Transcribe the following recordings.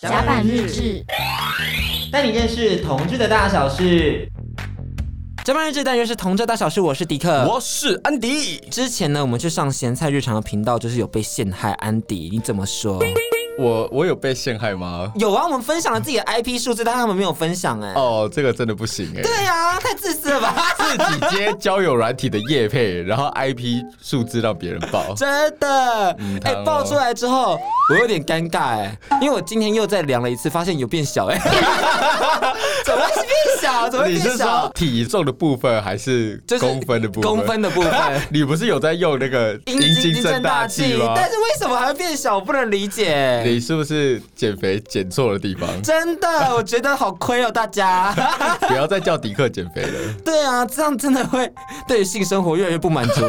甲板日志，带你认识同志的大小事。甲板日志单元是同志大小事，我是迪克，我是安迪。之前呢，我们去上咸菜日常的频道，就是有被陷害。安迪，你怎么说？我我有被陷害吗？有啊，我们分享了自己的 IP 数字，但他们没有分享哎、哦，这个真的不行哎、对呀、太自私了吧！自己接交友软体的业配，然后 IP 数字让别人报，真的，嗯哎、汤哦爆出来之后，我有点尴尬哎、因为我今天又再量了一次，发现有变小哎、怎么会是变小？怎么会你变是说小？体重的部分还是就是公分的部分？公分的部分你不是有在用那个阴阴茎茎增大器吗？但是为什么还会变小？我不能理解。你是不是减肥减错了地方？真的，我觉得好亏哦，大家。 不要再叫迪克减肥了。对啊，这样真的会对于性生活越来越不满足。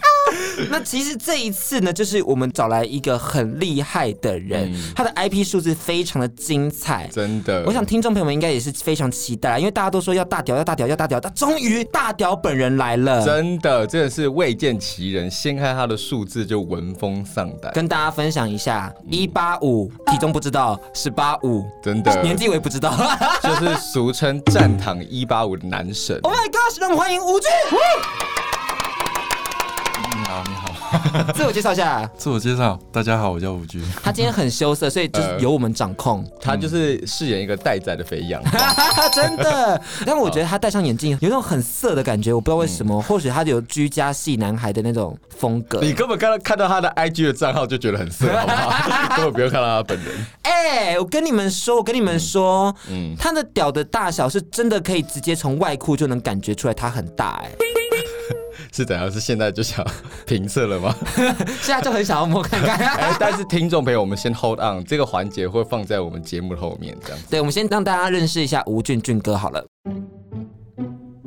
那其实这一次呢，就是我们找来一个很厉害的人，嗯他的 IP 数字非常的精彩。真的，我想听众朋友们应该也是非常期待啊，因为大家都说要大屌，要大屌，要大屌，但终于大屌本人来了，真的真的是未见其人，掀开他的数字就闻风丧胆，跟大家分享一下：嗯一八五体重不知道，十八五真的年纪我也不知道。Oh 就是俗称战躺一八五的男神。 my gosh！让我们欢迎吴俊，你好，你好， 自我介绍一下。自我介绍，大家好，我叫吴军。他今天很羞涩，所以就呃是由我们掌控。他就是饰演一个待宰的肥羊， 真的。但我觉得他戴上眼镜有那种很色的感觉，我不知道为嗯什么，或许他有居家系男孩的那种风格。 你根本看到看到他的 IG 的账号就觉得很色，好不 好？根本不用看到他本人。哎、我跟你们说，我跟你们说，嗯他的屌的大小是真的可以直接从外裤就能感觉出来，它很大哎、是怎样？是现在就想评测 了吗？ 现在就很想要摸看看。哎、但是听众朋友，我们先 hold on，这个环节会放在我们节目的后面，这样子。 对，我们先让大家认识一下吴俊俊哥好了。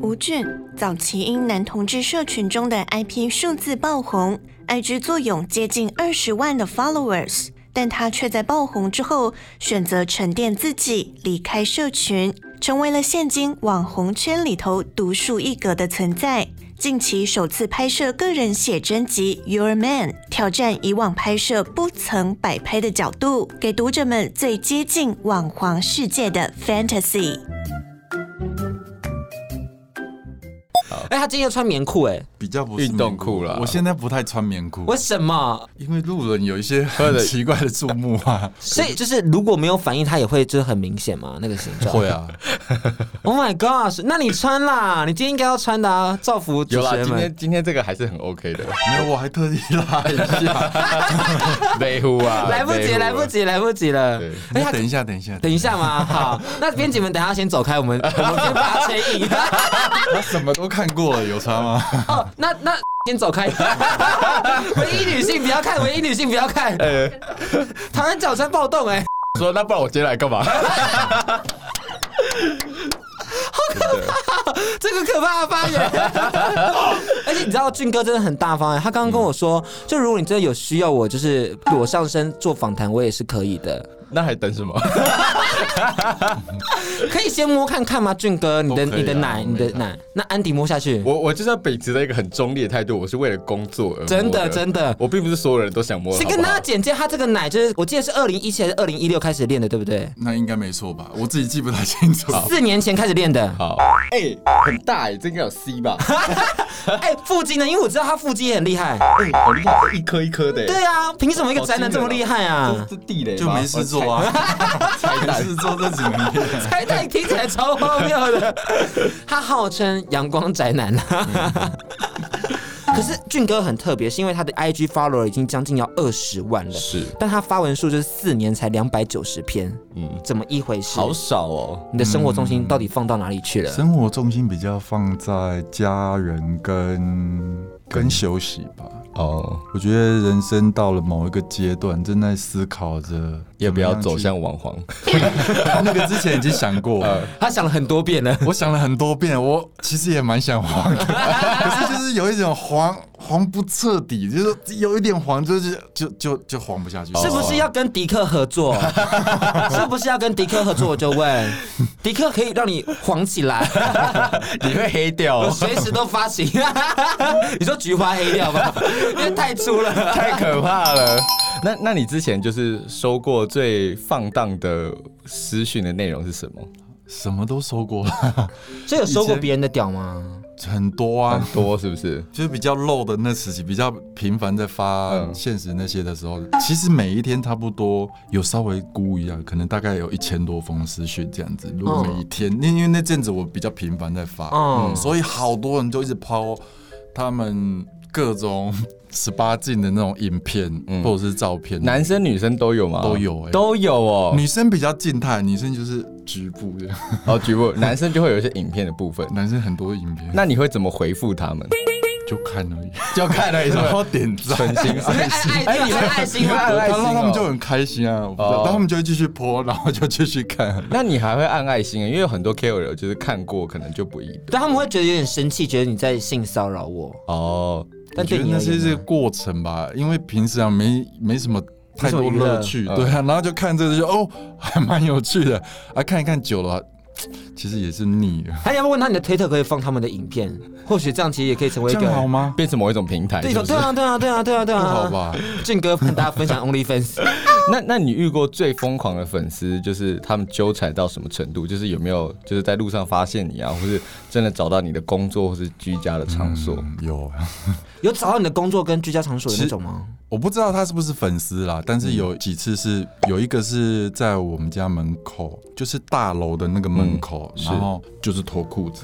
吴俊早期因男同志社群中的 IP 数字爆红，IG 坐拥接近二十万的 followers，但他却在爆红之后选择沉淀自己，离开社群，成为了现今网红圈里头独树一格的存在。近期首次拍摄个人写真集《Your Man》，挑战以往拍摄不曾摆拍的角度，给读者们最接近网黄世界的 fantasy。哎、他今天又穿棉裤哎、比较不是运动裤啦了，我现在不太穿棉裤为，什么？。因为路人有一些很奇怪的注目 啊所以就是如果没有反应，他也会就是很明显嘛，那个形状。会啊， Oh my gosh！那你穿啦，你今天应该要穿的啊，造福主 有持啦，人今们天。今天这个还是很 OK 的，哎没有，我还特地拉一下。 没乎啊，来不及，来不及，来不及了对。哎等一下，等一下，等一下嘛， 好，那编辑们等一下先走开，我们我们先把它牵引。他什么都看过了，有 差吗？哦，那那先走开。唯一女性不要看，唯一女性不要看。呃，台湾角川暴动哎、说那不然我今天来干嘛？ 这个可怕的发言。 而且你知道俊哥真的很大方哎、他刚刚跟我说，就如果你真的有需要我，就是裸上身做访谈，我也是可以的。那还等什么？可以先摸看看吗，俊哥？你的、都可以啊你的奶，你的没差奶，那安迪摸下去。我我就是要秉持着一个很中立的态度，我是为了工作而摸真的真的我并不是所有人都想摸。先跟好不大好家简介，他这个奶就是，我记得是二零一七还是二零一六开始练的，对不对？那应该没错吧？我自己记不太清楚。四年前开始练的。好，哎、很大哎、这应该有 C 吧？哎、腹肌呢？因为我知道他腹肌也很厉害。哎、好厉害，一颗一颗的、欸对啊，凭什么一个宅男这么厉害啊？这是地雷吧就没事做啊， 没事做这几年。 宅男听起来超荒谬 的，他号称阳光宅男啊。可是俊哥很特别，是因为他的 IG follower 已经将近要二十万了，是，但他发文数就是四年才两百九十篇，嗯，怎么一回事？好少哦。你的生活重心到底放到哪里去了？生活重心比较放在家人跟跟休息吧。哦，我觉得人生到了某一个阶段，正在思考着也不要走怎么向网 黄。 样去那个之前已经想过了，嗯他想了很多遍了。 我想了很多遍，我其实也蛮想黄的，可是就是有一种黄黄不彻底，就是有一点黄，就是就就就黄不下去， 哦是不是要跟迪克合作？ 是不是要跟迪克合作？我就问，迪克可以让你黄起来，你会黑掉我 哦，随时都发行。你说菊花黑掉吧，因为太粗了。太可怕了。那那你之前就是收过最放荡的私讯的内容是什么？什么都收过了， 这有收过别人的屌吗？很多啊，很多是不是？就是比较露的那时期，比较频繁在发嗯现实那些的时候，其实每一天差不多有稍微估一下，可能大概有一千多封私讯这样子。如果每一天，嗯因、因为那阵子我比较频繁在发，嗯所以好多人就一直抛他们各种 十八禁的那种影片、或者是照片，嗯男生女生都有吗？都有欸都有哦。女生比较静态，女生就是局部这样，哦，局部男生就会有一些影片的部分。 男生很多影片，那你会怎么回复他们？就看而已， 就看了一然下，后点存赞。心 爱心，哎，你会爱心吗？ 然后他们就哦很开心啊，我不知哦道，然后他们就会继续播，然后就继续看。那你还会按爱心啊？因为有很多 KOL 就是看过，可能就不一定。但他们会觉得有点生气，觉得你在性骚扰我。哦，我但觉对得你那而是言是呢，过程吧，因为平时啊没没什么太多乐趣，没什么娱乐对啊，然后就看这个就哦， 还蛮有趣的啊，看一看久了啊，其实也是腻了，还要不问他你的推特可以放他们的影片，或许这样其实也可以成为一这个样好吗？变成某一种平台，对是的，不是对？啊，对啊，对啊，对啊，对不啊，好？吧？俊哥跟大家分享 OnlyFans，那那你遇过最疯狂的粉丝，就是他们纠缠到什么程度？就是有没有就是在路上发现你啊，或是真的找到你的工作或是居家的场所？嗯有， 有找到你的工作跟居家场所的那种吗？我不知道他是不是粉丝啦，但是有几次是有一个是在我们家门口，就是大楼的那个门口，嗯然后就是脱裤子，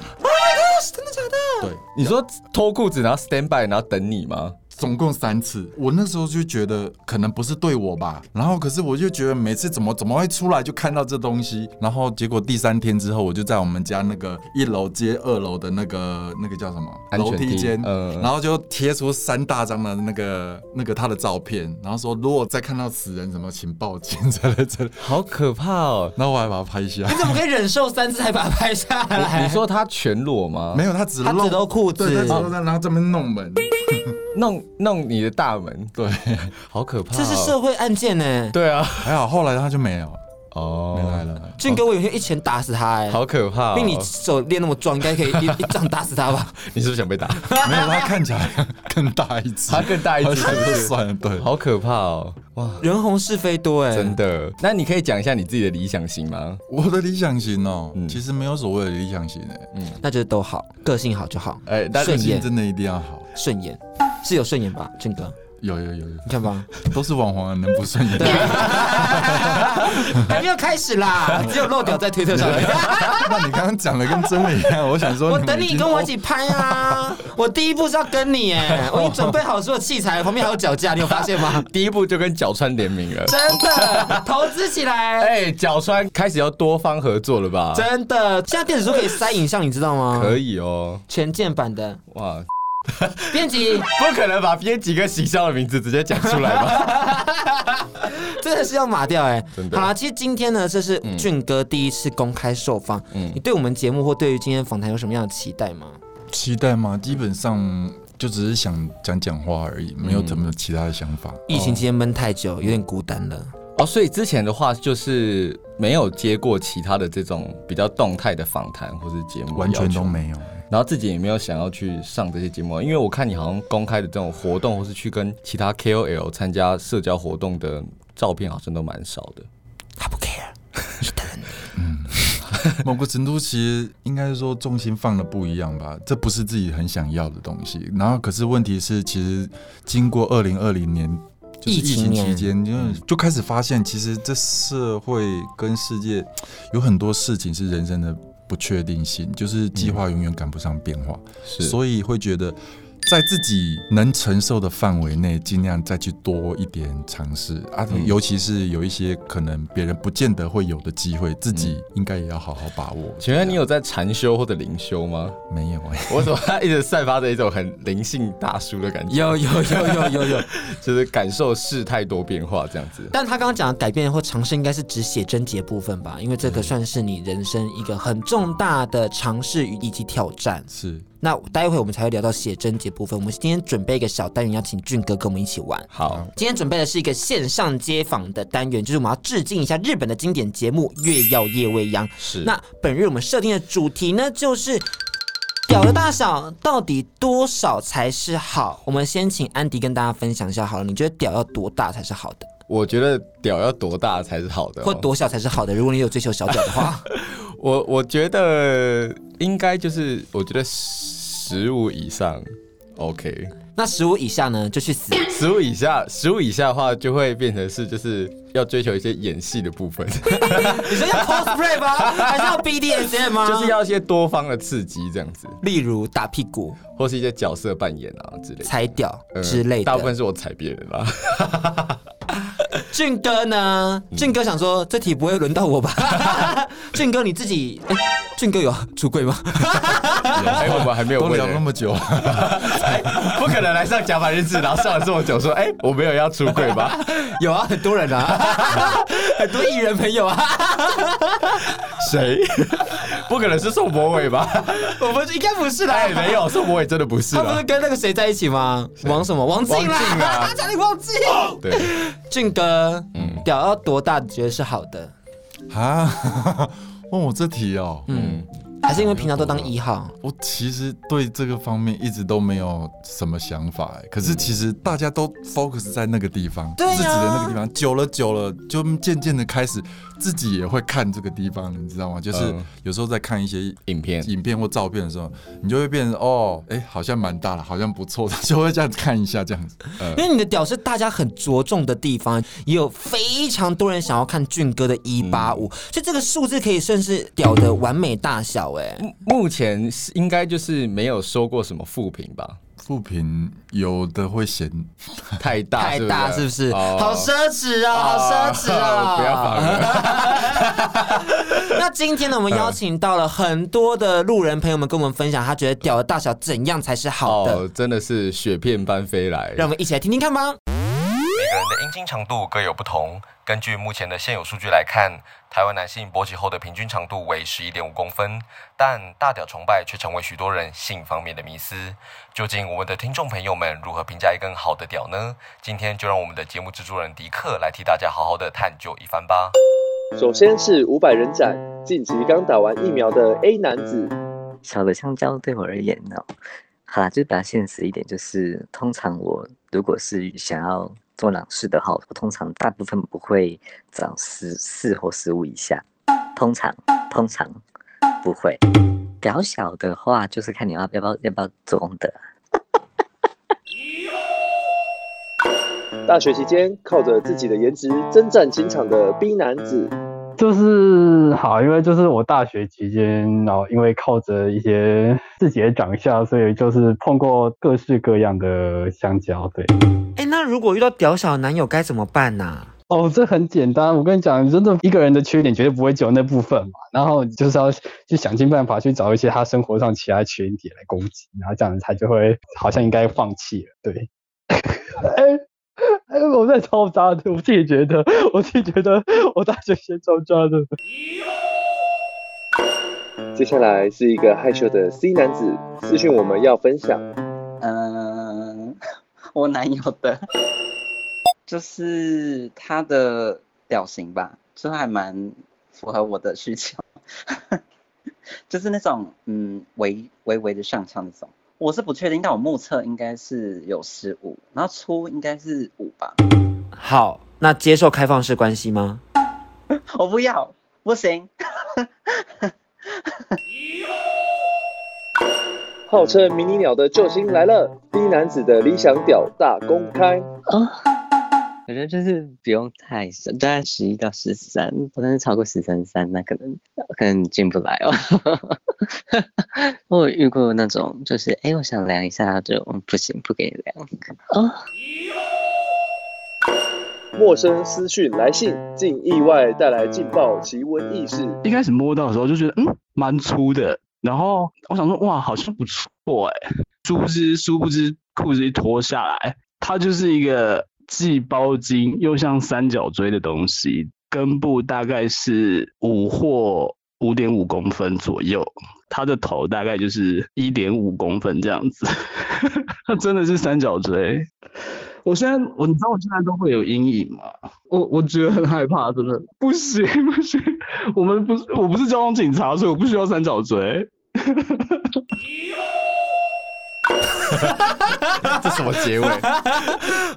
你说脱裤子然后 stand by 然后等你吗？总共三次，我那时候就觉得可能不是对我吧，然后可是我就觉得每次怎么怎么会出来就看到这东西，然后结果第三天之后，我就在我们家那个一楼接二楼的那个那个叫什么安全楼梯梯间，嗯然后就贴出三大张的那个那个他的照片，然后说如果再看到死人什么，请报警 之类之类，好可怕哦！然后我还把它拍下你。怎么可以忍受三次才把它拍下来？你说他全裸吗？没有，他只他露只露裤子对，他只露在，然后这边弄门，弄弄你的大门，对， 好可怕、哦！这是社会案件呢。对啊，还好后来他就没有，哦，没有来了。俊哥，我有一天一拳打死他哎，好可怕、哦！被你手练那么壮，应该可以 一一掌打死他吧？你是不是想被打？没有，他看起来 更大一只，他更大一只，他是不？就是算了，对，好可怕哦！哇，人红是非多哎，真的。那你可以讲一下你自己的理想型吗？我的理想型哦、嗯其实没有所谓的理想型诶、那就是都好，个性好就好，哎但是顺个性眼真的一定要好。顺眼是有顺眼吧，俊哥？有有有有，你看 吧，都是网红啊，能不顺眼？还没有开始啦，只有漏屌在推特上面。 那你刚刚讲的跟真的一样，我想说，我等你跟我一起拍 啊！我第一步是要跟你哎，我已经准备好所有器材，旁边还有脚架，你有发现 吗？第一步就跟角川联名了。真的，投资起来，哎、角川开始要多方合作了吧？真的，现在电子书可以塞影像，你知道吗？可以哦，全键版的哇，编辑，不可能把编辑跟行销的名字直接讲出来 吧？真的是嗯要码掉哎、真的好啦，其实今天呢，这是俊哥第一次公开受访，你对我们节目或对于今天访谈有什么样的期待吗？期待吗？基本上就只是想讲讲话而已，没有什么其他的想法。疫情期间闷太久，有点孤单了。哦，所以之前的话就是没有接过其他的这种比较动态的访谈或是节目，完全都。没有，然后自己也没有想要去上这些节目啊，因为我看你好像公开的这种活动，或是去跟其他 KOL 参加社交活动的照片，好像都蛮少的。他不 care，你等你。 某个程度其实应该是说重心放的不一样吧，这不是自己很想要的东西。然后可是问题是，其实经过二零二零年就疫是疫情情嗯年期间，就就开始发现，其实这社会跟世界有很多事情是人生的不确定性，就是计划永远赶不上变化，是所以会觉得。在自己能承受的范围内，尽量再去多一点尝试啊，嗯尤其是有一些可能别人不见得会有的机会，自己应该也要好好把握。嗯请问你有在禅修或者灵修吗？ 没有哎、我怎么一直散发着一种很灵性大叔的感觉？有有有有有有，就是感受事态多变化这样子。 但他刚刚讲的改变或尝试，应该是指写真集的部分吧？因为这个算是你人生一个很重大的尝试以及挑战。是那待会我们才会聊到写真集的部分。我们今天准备一个小单元，要请俊哥跟我们一起玩。好，今天准备的是一个线上街访的单元，就是我们要致敬一下日本的经典节目《月曜夜未央》。是那本日我们设定的主题呢，就是屌的大小到底多少才是好？我们先请安迪跟大家分享一下好了，你觉得屌要多大才是好的，我觉得屌要多大才是好的、哦，或多小才是好的？如果你有追求小屌的话， 我我觉得应该就是，我觉得十五以上 OK，那十五以下呢就去死。 十五以下，十五以下的话就会变成是就是要追求一些演戏的部 分，你说要 cosplay 吗？还是要 BDSM 吗？就是要一些多方的刺激这样子，例如打屁股、或是一些角色扮演啊之类的。踩屌呃之类的。大部分是我踩别人 啦。俊哥呢？俊哥想说这题不会轮到我 吧？俊哥你自己，哎俊哥有出柜 吗？哎，我们还没有都问聊那人，么久， 不可能来上甲板日志，然后上了这么久，说哎，我没有要出柜 吧？有啊，很多人 啊，很多艺人朋友啊，谁？不可能是宋博伟 吧？我们应该不是 啦哎，，没有，宋博伟真的不是他不啦是。跟那个谁在一起吗？王什么？王静嗯啦，王静 啊他差点忘记。对，俊哥，屌要多大你觉得是好的？啊， 问我这题哦，嗯，还是因为平常都当一号？我其实对这个方面一直都没有什么想法，哎可是其实大家都 focus 在那个地方，对啊自己的那个地方，久了久了，就渐渐的开始自己也会看这个地方，你知道吗？就是嗯有时候在看一些影片影片或照片的时候，你就会变成哦，哎、好像蛮大了，好像不错， 就会这样看一下这样子。嗯因为你的屌是大家很着重的地方，也有非常多人想要看俊哥的一八五，所以这个数字可以算是屌的完美大小哎、目目前是应该就是没有收过什么负评吧？复评有的会嫌太大，太大是不是？哦好奢侈啊，好奢侈啊！ 不要烦了。 那今天呢，我们邀请到了很多的路人朋友们跟我们分享，他觉得屌的大小怎样才是好的，哦，真的是雪片般飞来。让我们一起来听听看吧。每个人的阴茎长度各有不同。根据目前的现有数据来看，台湾男性勃起后的平均长度为十一点五公分，但大屌崇拜却成为许多人性方面的迷思。究竟我们的听众朋友们如何评价一根好的屌呢？今天就让我们的节目制作人迪克来替大家好好的探究一番吧。首先是五百人斩，近期刚打完疫苗的 A 男子，小的香蕉对我而言呢、好啦，就比较现实一点，就是通常我如果是想要做朗式的话，我通常大部分不会找十四或十五以下，通常通常不会。表小的话，就是看你要要不要要不要做功德啊。大学期间靠着自己的颜值征战情场的 B 男子，就是好，因为就是我大学期间，然后因为靠着一些自己的长相，所以就是碰过各式各样的香蕉。对，哎、那如果遇到屌小男友该怎么办呢、哦，这很简单，我跟你讲，真的一个人的缺点绝对不会只有那部分嘛，然后你就是要去想尽办法去找一些他生活上其他缺点来攻击，然后这样子他就会好像应该放弃了。对， 哎。哎，我在超渣的，我自己觉得，我自己觉得，我大学先超渣的。接下来是一个害羞的 C 男子，私讯我们要分享。嗯， 我男友的，就是他的屌型吧，就还蛮符合我的需求， 就是那种嗯微微微的上翘那种。我是不确定，但我目测应该是有十五，然后粗应该是五吧。好，那接受开放式关系吗？我不要，不行。号称迷你鸟的救星来了，B 男子的理想屌大公开。我觉得就是不用太深，大概十一到十三，但是超过十三三，那可能可能进不来哦。 我有遇过那种，就是哎、诶我想量一下，就嗯不行，不给量。哦，陌生私讯来信，竟意外带来劲爆奇闻异事。一开始摸到的时候就觉得嗯蛮粗的，然后我想说哇好像不错哎、殊不知殊不知裤子一脱下来，它就是一个既包茎又像三角锥的东西，根部大概是五或五点五公分左右，它的头大概就是一点五公分这样子， 它真的是三角锥。我现在我你知道我现在都会有阴影吗？我我觉得很害怕，真的不行不行，我们不是我不是交通警察，所以我不需要三角锥。 这什么结 尾？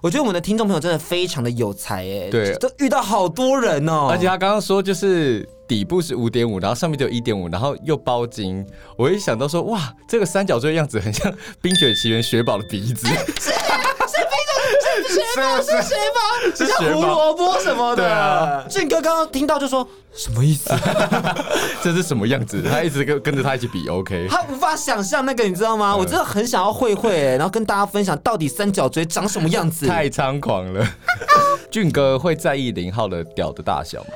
我觉得我们的听众朋友真的非常的有才哎，对都遇到好多人哦， 而且他刚刚说就是底部是五点五，然后上面就有一点五，然后又包金。我一想到说，哇，这个三角锥的样子很像《冰雪奇缘》雪宝的鼻 子，学霸是学霸，是像学胡霸萝卜什么对的啊。俊哥刚刚听到就说什么意思？这是什么样子？他一直跟跟着他一起比 OK。 他无法想象那个，你知道吗？我真的很想要会会、然后跟大家分享到底三角锥长什么样子。太猖狂 了。俊哥会在意零号的屌的大小吗？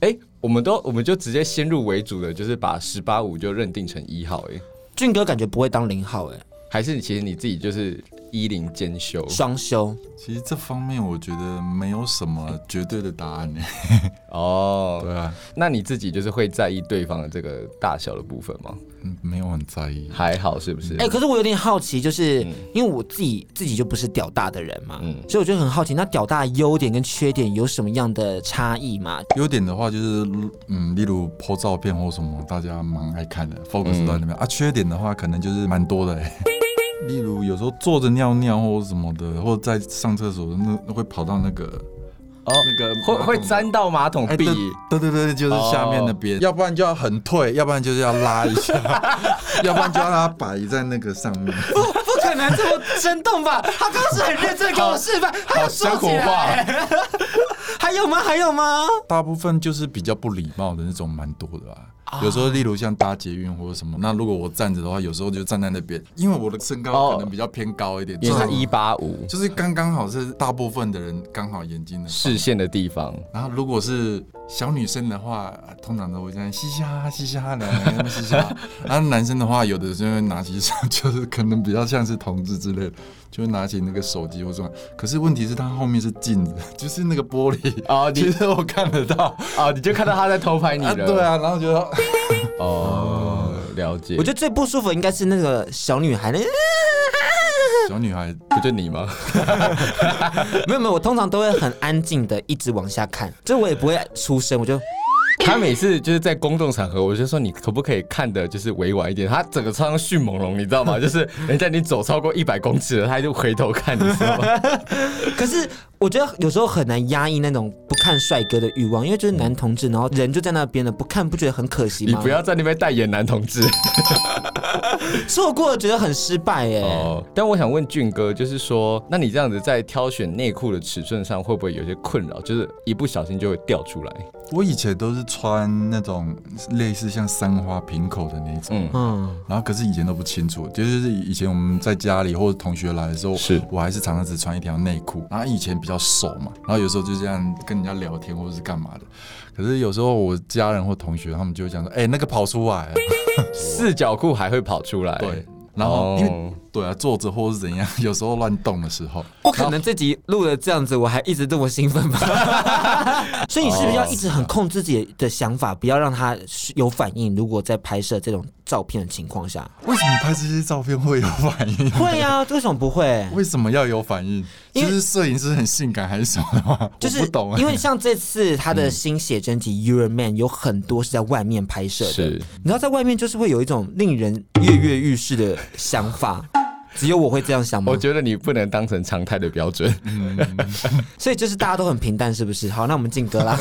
哎、我们都我们就直接先入为主的，就是把十八五就认定成一号、哎，俊哥感觉不会当零号哎、还是其实你自己就是一零兼修双休。其实这方面我觉得没有什么绝对的答案欸呢。哦？对啊，那你自己就是会在意对方的这个大小的部分吗？嗯没有很在意。还好是不是？哎、可是我有点好奇，就是、因为我自己自己就不是屌大的人嘛，所以我就很好奇，那屌大的优点跟缺点有什么样的差异吗？优点的话就是，嗯，例如 po 照片或什么，大家蛮爱看的，focus 在那边、啊。缺点的话，可能就是蛮多的、欸，例如有时候坐着尿尿或什么的，或者在上厕所那那会跑到那个哦，那个会会沾到马桶哎壁对，对对对，就是下面那边，要不然就要很退，要不然就是要拉一下，要不然就要让它摆在那个上面。不，不可能这么生动吧？他刚是很认真地跟我示范，他要说起来。 还有吗？还有吗？大部分就是比较不礼貌的那种，蛮多的啊。有时候，例如像搭捷运或者什么，那如果我站着的话，有时候就站在那边，因为我的身高哦可能比较偏高一点，因为它就是一八五就是刚刚好是大部分的人刚好眼睛的。视线的地方，然后如果是小女生的话，啊通常都会这样嘻嘻哈哈、嘻嘻哈哈的，两个人嘻嘻哈 哈。然后男生的话，有的时候会拿起手，就是可能比较像是同志之类的，就会拿起那个手机或什么。可是问题是，他后面是镜子，就是那个玻璃哦你 其实我看得到。啊，你就看到他在偷 拍你啊，了。对，啊，然后觉得哦，了解。我觉得最不舒服应该是那个小女孩，那小女孩不就你吗？ 没有没有，我通常都会很安静的一直往下看，就我也不会出声， 我就 他每次就是在公众场合，我就说你可不可以看的，就是委婉一点。他整个超像迅猛龙，你知道吗？就是人家你走超过一百公尺了，他就回头看，你知道吗？可是我觉得有时候很难压抑那种不看帅哥的欲望，因为就是男同志，然后人就在那边了，不看不觉得很可惜你吗？不要在那边代言男同志错过了觉得很失败耶。哦。但我想问俊哥，就是说，那你这样子在挑选内裤的尺寸上，会不会有些困扰？就是一不小心就会掉出来。我以前都是穿那种类似像三花平口的那种，嗯嗯，然后可是以前都不清楚，就是以前我们在家里或者同学来的时候，是我还是常常只穿一条内裤。然后以前比较瘦嘛，然后有时候就这样跟人家聊天或者是干嘛的。可是有时候我家人或同学他们就会讲说：“哎、那个跑 出来、啊。四角裤还会跑出来。”对，，然后、哦因为对啊，坐着或是怎样， 有时候乱动的时候，不可能这集录了这样子，我还一直这么兴奋 吧？所以你是不是要一直很控制自己的想法，不要让他有反应？如果在拍摄这种照片的情况下，哦为什么拍这些照片会有反应？会啊，为什么不会？为什么要有反应？因为就是摄影师很性感还是什么的吗？就我是不懂、嗯啊。因为像这次他的新写真集《Your Man》有很多是在外面拍摄的，是你知道在外面就是会有一种令人跃跃欲试的想法，只有我会这样想吗我？觉得你不能当成常态的标准。所以就是大家都很平淡，是不是？好，那我们进歌啦。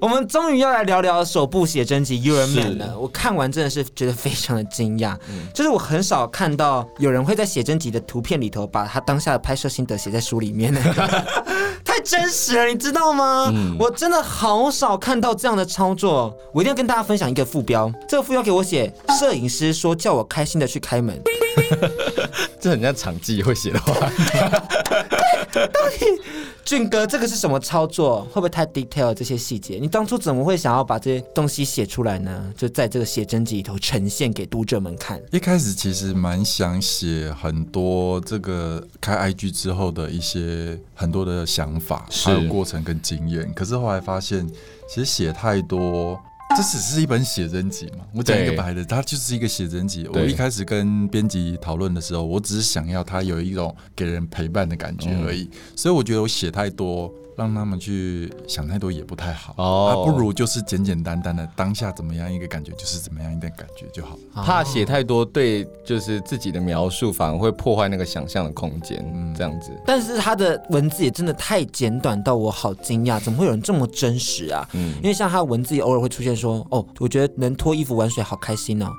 我们终于要来聊聊首部写真集《Your Man》了。我看完真的是觉得非常的惊讶，就是我很少看到有人会在写真集的图片里头把他当下的拍摄心得写在书里面呢。太真实了，你知道吗？我真的好少看到这样的操作。我一定要跟大家分享一个副标，这个副标给我写：摄影师说叫我开心的去开门。这很像场记会写的话，俊哥，这个是什么操作？会不会太 detail 这些细节？你当初怎么会想要把这些东西写出来呢？就在这个写真集里头呈现给读者们看。一开始其实蛮想写很多这个开 IG 之后的一些很多的想法，还有过程跟经验。可是后来发现，其实写太多，这只是一本写真集嘛。我讲一个对白的，它就是一个写真集。我对一开始跟编辑讨论的时候，嗯我只是想要它有一种给人陪伴的感觉而已。所以我觉得我写太多。让他们去想太多也不太好，哦啊，不如就是简简单单的当下怎么样一个感觉，就是怎么样一个感觉就好了。怕写太多对，就是自己的描述反而会破坏那个想象的空间，这样子。但是他的文字也真的太简短到我好惊讶，怎么会有人这么真实啊？嗯因为像他的文字也偶尔会出现说，哦，我觉得能脱衣服玩水好开心 哦，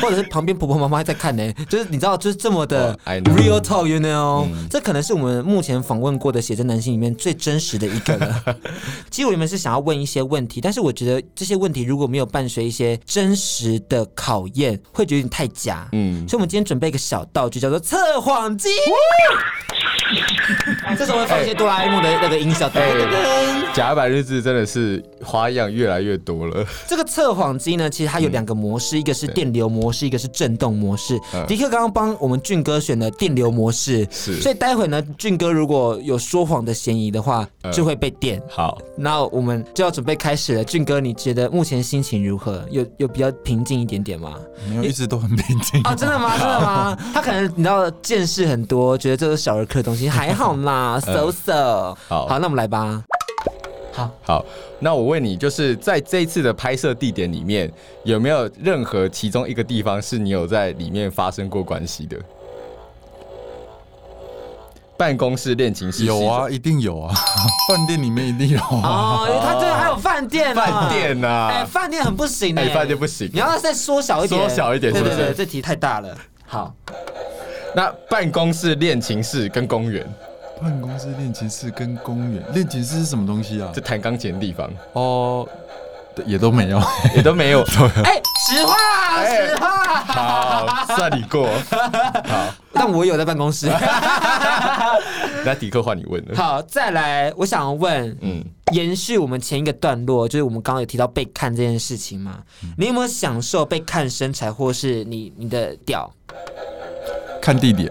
或者是旁边婆婆妈妈在看呢、就是你知道，就是这么的哦 I know 嗯 real talk，you know，、这可能是我们目前访问过的写真男性里面最真实的一个 了。其实我原本是想要问一些问题，但是我觉得这些问题如果没有伴随一些真实的考验，会觉得有点太假。嗯，所以，我们今天准备一个小道具，叫做测谎机。 这时候会放一些哆啦 A 梦的那个音哎效。噔噔噔噔假百日志真的是花样越来越多了。这个测谎机呢，其实它有两个模式，一个是电流模式，一个是震动模式。迪克刚刚帮我们俊哥选了电流模式，嗯是所以待会呢，俊哥如果有说谎的嫌疑的话，嗯就会被电。好，那我们就要准备开始了，俊哥，你觉得目前心情如何？有有比较平静一点点吗？没有，一直都很平静哦啊，真的 吗？真的吗？他可能你知道见识很多，觉得这是小儿科的东西，还好 啦，so so。嗯好好，那我们来吧。好，那我问你，就是在这一次的拍摄地点里面，有没有任何其中一个地方是你有在里面发生过关系的？办公室恋情是 有啊，，一定有啊， 饭店里面一定有啊。哦，因为他这还有饭店啊呢，饭店呐、哎，啊，饭店很不行哎、哎，饭店不行你。要再缩小一点，缩小一点对是对不对，是这题太大了。好，那办公室恋情室跟公园，办公室恋情室跟公园恋情室是什么东西啊就？弹钢琴的地方哦，对也都没有。 也都没有。哎，实话，哎实 话。好，算你过。好，但我有在办公 室。那迪克换你问了。好，再来，我想问，嗯，延续我们前一个段落，就是我们刚刚有提到被看这件事情嘛？嗯你有没有享受被看身材，或是你你的屌？看地点，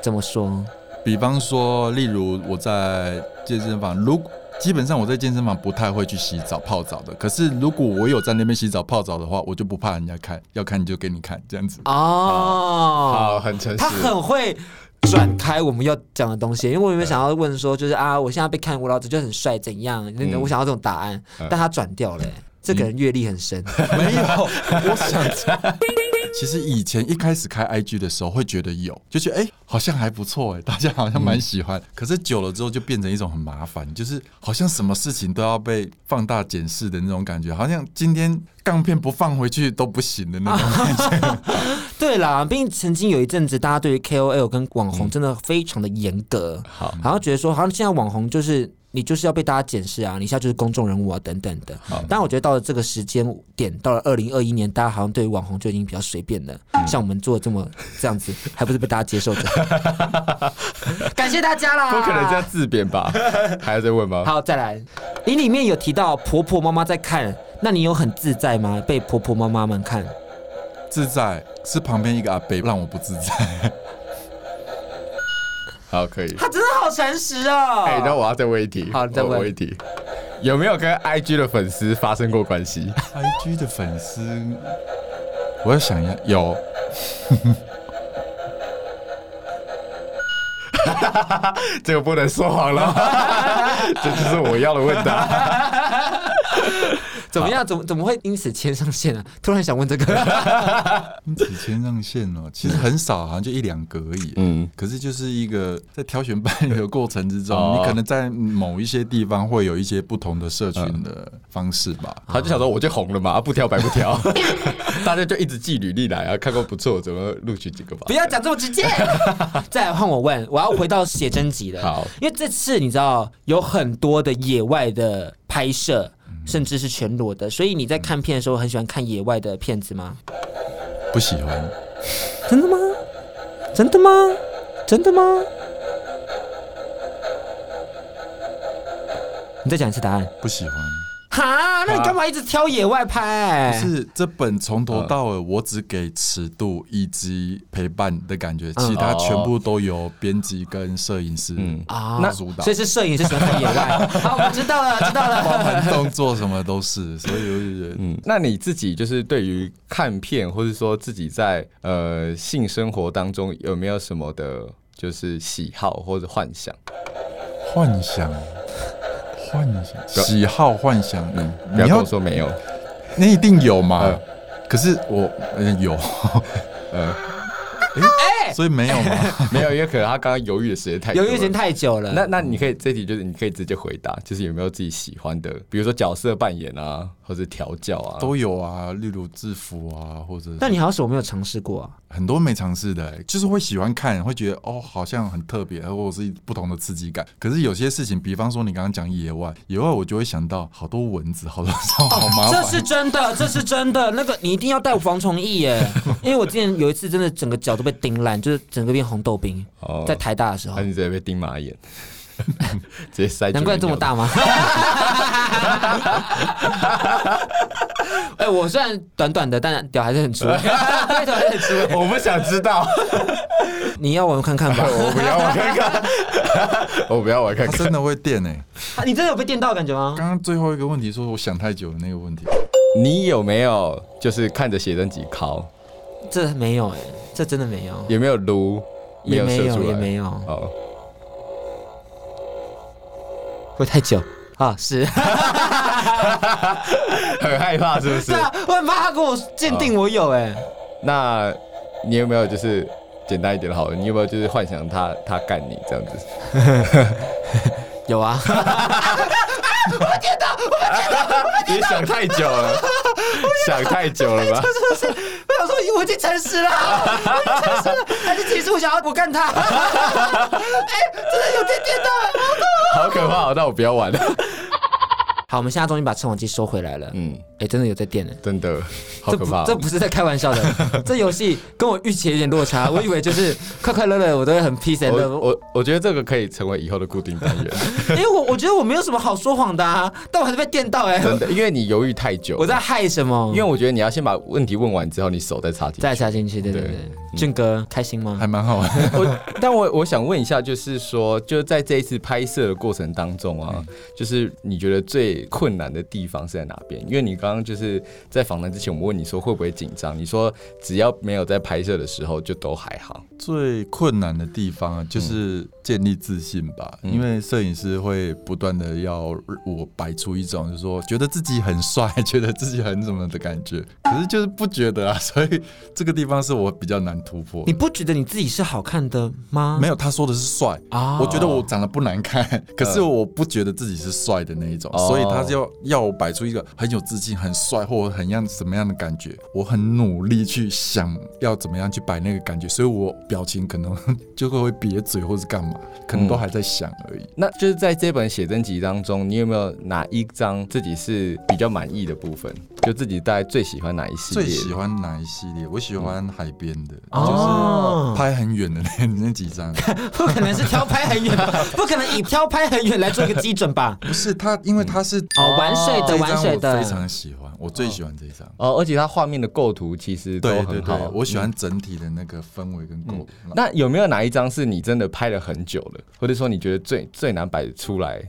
怎么说？比方说，例如我在健身房，如基本上我在健身房不太会去洗澡泡澡的。可是如果我有在那边洗澡泡澡的话，我就不怕人家看，要看就给你看这样子。好，哦，很诚实。他很会转开我们要讲的东西，因为我原本想要问说，就是啊，我现在被看我老子就很帅，怎样？那个嗯我想要这种答案，但他转掉了、欸这个人阅历很深， 没有，我想。 其实以前一开始开 IG 的时候，会觉得有，就觉得哎、好像还不错哎、大家好像蛮喜欢。可是久了之后，就变成一种很麻烦，就是好像什么事情都要被放大检视的那种感觉，好像今天杠片不放回去都不行的那种 感觉。对啦，毕竟曾经有一阵子，大家对于 KOL 跟网红真的非常的严格，嗯好，好像觉得说，好像现在网红就是你就是要被大家检视啊，你现在就是公众人物啊等等的。但我觉得到了这个时间点，到了二零二一年，大家好像对于网红就已经比较随便了，嗯像我们做这么这样子， 还不是被大家接 受着？感谢大家啦！不可能这样自贬吧？还要再问吗？好，再来，你里面有提到婆婆妈妈在看，那你有很自在吗？被婆婆妈妈们看？自在是旁边一个阿伯让我不自在。好，可以。他真的好诚实哦！哎、那我要再问一题。好你再问我我一题。有没有跟 IG 的粉丝发生过关系？ IG 的粉丝，我要想一下，有这个不能说谎了， 这就是我要的问答。怎么样？怎么怎么会因此牵上线啊？突然想问这个，几千上线哦，其实很少，好像就一两个而已。嗯，可是就是一个在挑选伴侣的过程之中，哦你可能在某一些地方会有一些不同的社群的方式吧。他就想说我就红了嘛，啊不挑白不挑， 大家就一直寄履历来啊，看过不错，怎么录取几个吧不。要讲这么直 接。再来换我问，我要回到写真集了。好，因为这次你知道有很多的野外的拍摄，甚至是全裸的，所以你在看片的时候很喜欢看野外的片子吗？不喜欢，真的吗？真的吗？真的吗？你再讲一次答案。不喜欢。哈，那你干嘛一直挑野外可哎拍？是这本从头到尾，我只给尺度以及陪伴的感觉，其他全部都由编辑跟摄影师嗯啊那主导所以是摄影师喜欢看野 外。好， 我知道了，知道包了。含动作什么都是，所以我就觉得嗯，那你自己就是对于看片，或是说自己在呃性生活当中有没有什么的，就是喜好或者幻想？幻想，幻想，喜好幻想，嗯，不要跟我说没 有，那一定有嘛。可是我呃有，呃，哎，所以没有嘛？没有，因为可能他刚刚犹豫的时间太由于时间太。太久了。那那你可以这题就是你可以直接回答，就是有没有自己喜欢的，比如说角色扮演啊，或者调教啊，都有啊，例如制服啊，或者但你好手没有尝试过啊？很多没尝试的、欸，就是会喜欢看，会觉得哦，好像很特别，或者是不同的刺激感。可是有些事情，比方说你刚刚讲野外，野外我就会想到好多蚊子，好多好麻这烦。是真的，这是真的。那个你一定要带防虫液 耶，因为我之前有一次真的整个脚都被叮烂，就是整个变红豆 冰，哦在台大的时候那。你直接被盯马眼， 直接塞。难怪这么大。 吗？哎、我虽然短短的，但屌还是很 粗，龟头还是很粗。 我不想知道，你要我看看吧？ 我不要，我看看， 我不要，我看它看真。的会电哎、你真的有被电到的感觉吗？刚刚最后一个问题说我想太久的那个问题，你有没有就是看着写真集考，这没有哎、这真的没有，有没有撸，也有没射有，出来？也没有，哦，会太久啊？是，很害怕是不是 对？啊，我很怕他跟我鉴定我有哎、那你有没有就是简单一点的好了？你有没有就是幻想他他干你这样子？有啊， 你想太久了，想太久了吧？就是 我想说我已经诚实了， 我已经诚实了，还是其实我想要我干他？ 哎、真的有被电到哎、好可怕、哦！那我不要玩了。好，我们现在终于把测谎机收回来了。嗯，嗯，哎、真的有在电了。真的好这可不怕、哦这不是在开玩笑的，这游戏跟我预期有点落差。我以为就是 快快乐乐的，我都会很 peace and 我 love，我我觉得这个可以成为以后的固定单 元，因为我我觉得我没有什么好说谎的啊，但我还是被电到哎、真的，因为你犹豫太久。我在，害什么？因为我觉得你要先把问题问完之后，你手再插进去。再下进去，对对对对。俊哥开心吗还？蛮好玩。我，但我我想问一下，就是说，就在这一次拍摄的过程当中啊，嗯就是你觉得最困难的地方是在哪边？因为你刚刚就是在访谈之前，我们问你说会不会紧张，你说只要没有在拍摄的时候就都还好。最困难的地方嗯啊，就是建立自信吧，嗯因为摄影师会不断的要我摆出一种，就是说觉得自己很帅， 觉得自己很什么的感觉，可是就是不觉得啊，所以这个地方是我比较难突破你。不觉得你自己是好看的吗？没有，他说的是帅，啊，我觉得我长得不难看， 可嗯是我不觉得自己是帅的那一种，哦所以他就要要我摆出一个很有自信、很帅或者很样什么样的感觉。我很努力去想要怎么样去摆那个感觉，所以我表情可能 就会会瘪嘴或是干嘛，可嗯能都还在想而已。那就是在这本写真集当中，你有没有哪一张自己是比较满意的部分？就自己大概最喜欢哪一系列？最喜欢哪一系列？我喜欢海边的，哦就是拍很远的那那几张。 不可能是挑拍很远 吧，不可能以挑拍很远来做一个基准吧？不是他，因为他是哦，玩水这的，一玩水张我的，非常喜欢，我最喜欢这一张。哦，而且它画面的构图其实都对对很对好。，我喜嗯欢整体的那个氛围跟构图。那那有没有哪一张是你真的拍了很久了，或者说你觉得最最难摆出来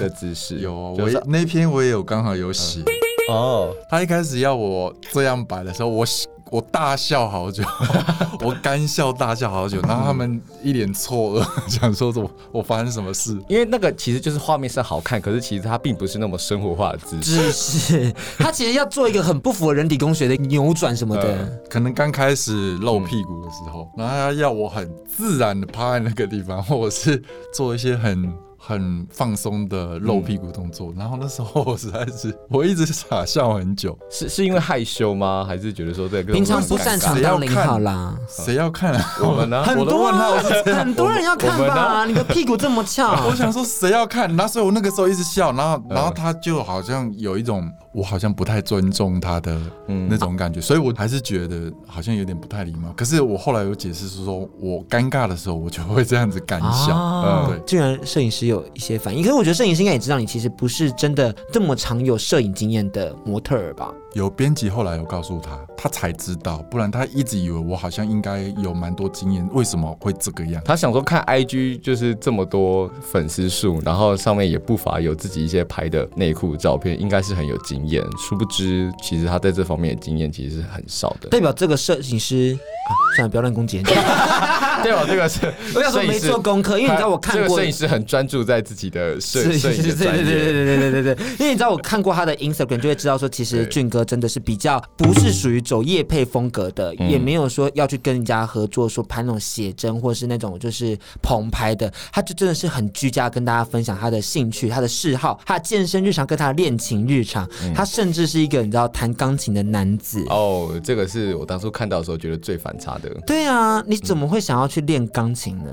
的姿势？ 有啊，就我是也那篇我也有刚好有写。哦，他一开始要我这样摆的时候，我喜我大笑好久， 我干笑大笑好久，然后他们一脸错愕， 想说我我发生什么事。因为那个其实就是画面上好看，可是其实它并不是那么生活化的姿势。只是他其实要做一个很不符合人体工学的扭转什么的，可能刚开始露嗯屁股的时候，然后他要我很自然的趴在那个地方，或者是做一些很很放松的露嗯屁股动作。然后那时候我实在是，我一直傻笑很久，是是因为害羞吗？还是觉得说这个平常不擅长谁要当零看号啦。嗯谁要看、啊？我们呢？很我都多问他啊我是谁，啊很多人要看我们吧？呢你的屁股这么翘我，想说谁要看，然后所以我那个时候一直笑，然后然后他就好像有一种我好像不太尊重他的那种感觉，所以我还是觉得好像有点不太礼貌。可是我后来有解释是说，我尴尬的时候我就会这样子干笑，啊嗯，对。居然摄影师有一些反应，可是我觉得摄影师应该也知道你其实不是真的这么常有摄影经验的模特儿吧？有编辑后来有告诉他，他才知道，不然他一直以为我好像应该有蛮多经验，为什么会这个样？他想说看 IG 就是这么多粉丝数，然后上面也不乏有自己一些拍的内裤照片，应该是很有经 验。殊不知，其实他在这方面的经验其实是很少的。代表这个摄影师啊，算了，不要乱攻击人家。啊对我这个是，我想说摄影师没做功课因为你知道我看过这个摄影师很专注在自己的摄是摄是影是，的对对专业。对对对对对对，因为你知道我看过他的 Instagram 就会知道说，其实俊哥真的是比较不是属于走夜配风格的，也嗯没有说要去跟人家合作说拍那种写真或是那种就是棚拍的，他就真的是很居家跟大家分享他的兴趣、他的嗜好、他的健身日常跟他的恋情日常，他甚至是一个你知道弹钢琴的男子。嗯哦，这个是我当初看到的时候觉得最反差的。对啊，你怎么会想要去练钢琴呢？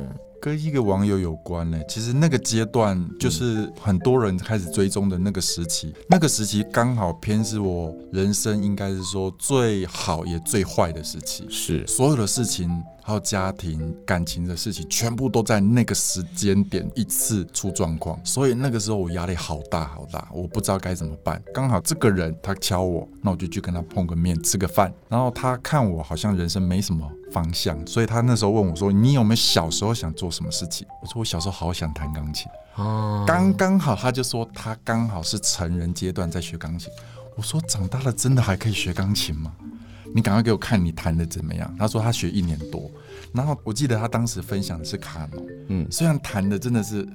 跟一个网友有关呢、其实那个阶段就是很多人开始追踪的那个时期，那个时期刚好偏是我人生应该是说最好也最坏的时期，是所有的事情还有家庭感情的事情，全部都在那个时间点一次出状况，所以那个时候我压力好大好大，我不知道该怎么办。刚好这个人他敲我，那我就去跟他碰个面吃个饭，然后他看我好像人生没什么方向，所以他那时候问我说：“你有没有小时候想做什么事情？”我说：“我小时候好想弹钢琴。”哦，刚刚好，他就说他刚好是成人阶段在学钢琴。我说长大了真的还可以学钢琴吗？你赶快给我看你弹的怎么样。他说他学一年多，然后我记得他当时分享的是卡农，嗯嗯，虽然弹的真的是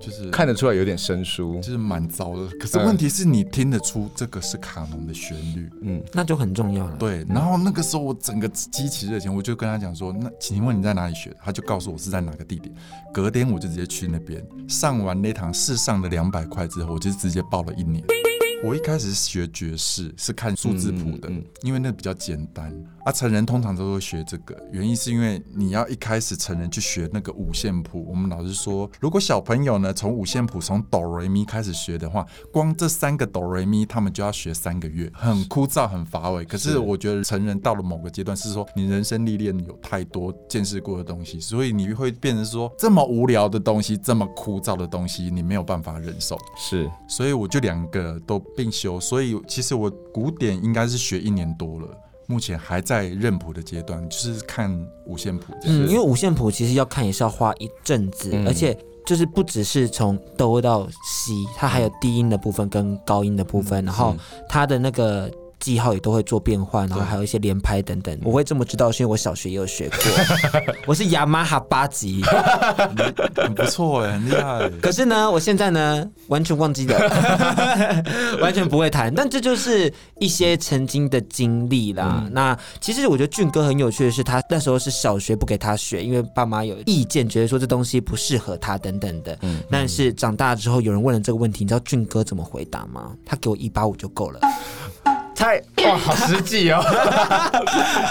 就是看得出来有点生疏就，是蛮糟的，可是嗯问题是你听得出这个是卡农的旋律，那就很重要了。对，然后那个时候我整个激起热情，我就跟他讲说：“那请问你在哪里学的？”他就告诉我是在哪个地点。隔天我就直接去那边上完那堂试上的两百块之后，我就直接报了一年。嗯我一开始是学爵士，是看数字谱的，嗯嗯嗯因为那比较简单。啊，成人通常都会学这个，原因是因为你要一开始成人去学那个五线谱。我们老师说，如果小朋友呢从五线谱从哆瑞咪开始学的话，光这三个哆瑞咪他们就要学三个月，很枯燥很乏味。可是我觉得成人到了某个阶段，是说你人生历练有太多见识过的东西，所以你会变成说这么无聊的东西，这么枯燥的东西，你没有办法忍受。是所以我就两个都并修，所以其实我古典应该是学一年多了，目前还在认谱的阶段，就是看五线谱这样。嗯，因为五线谱其实要看也是要花一阵子，嗯而且就是不只是从哆到西，它还有低音的部分跟高音的部分，然后它的那个。记号也都会做变换，然后还有一些连拍等等。我会这么知道，是因为我小学也有学 过，我是雅马哈八级。很不错哎、很厉害。 可是呢，我现在呢完全忘记了， 完全不会弹。但这就是一些曾经的经历啦。那其实我觉得俊哥很有趣的是，他那时候是小学不给他学，因为爸妈有意见，觉得说这东西不适合他等等的。但是长大之后，有人问了这个问题，你知道俊哥怎么回答吗？他给我一八五就够了。太哇，好实际哦，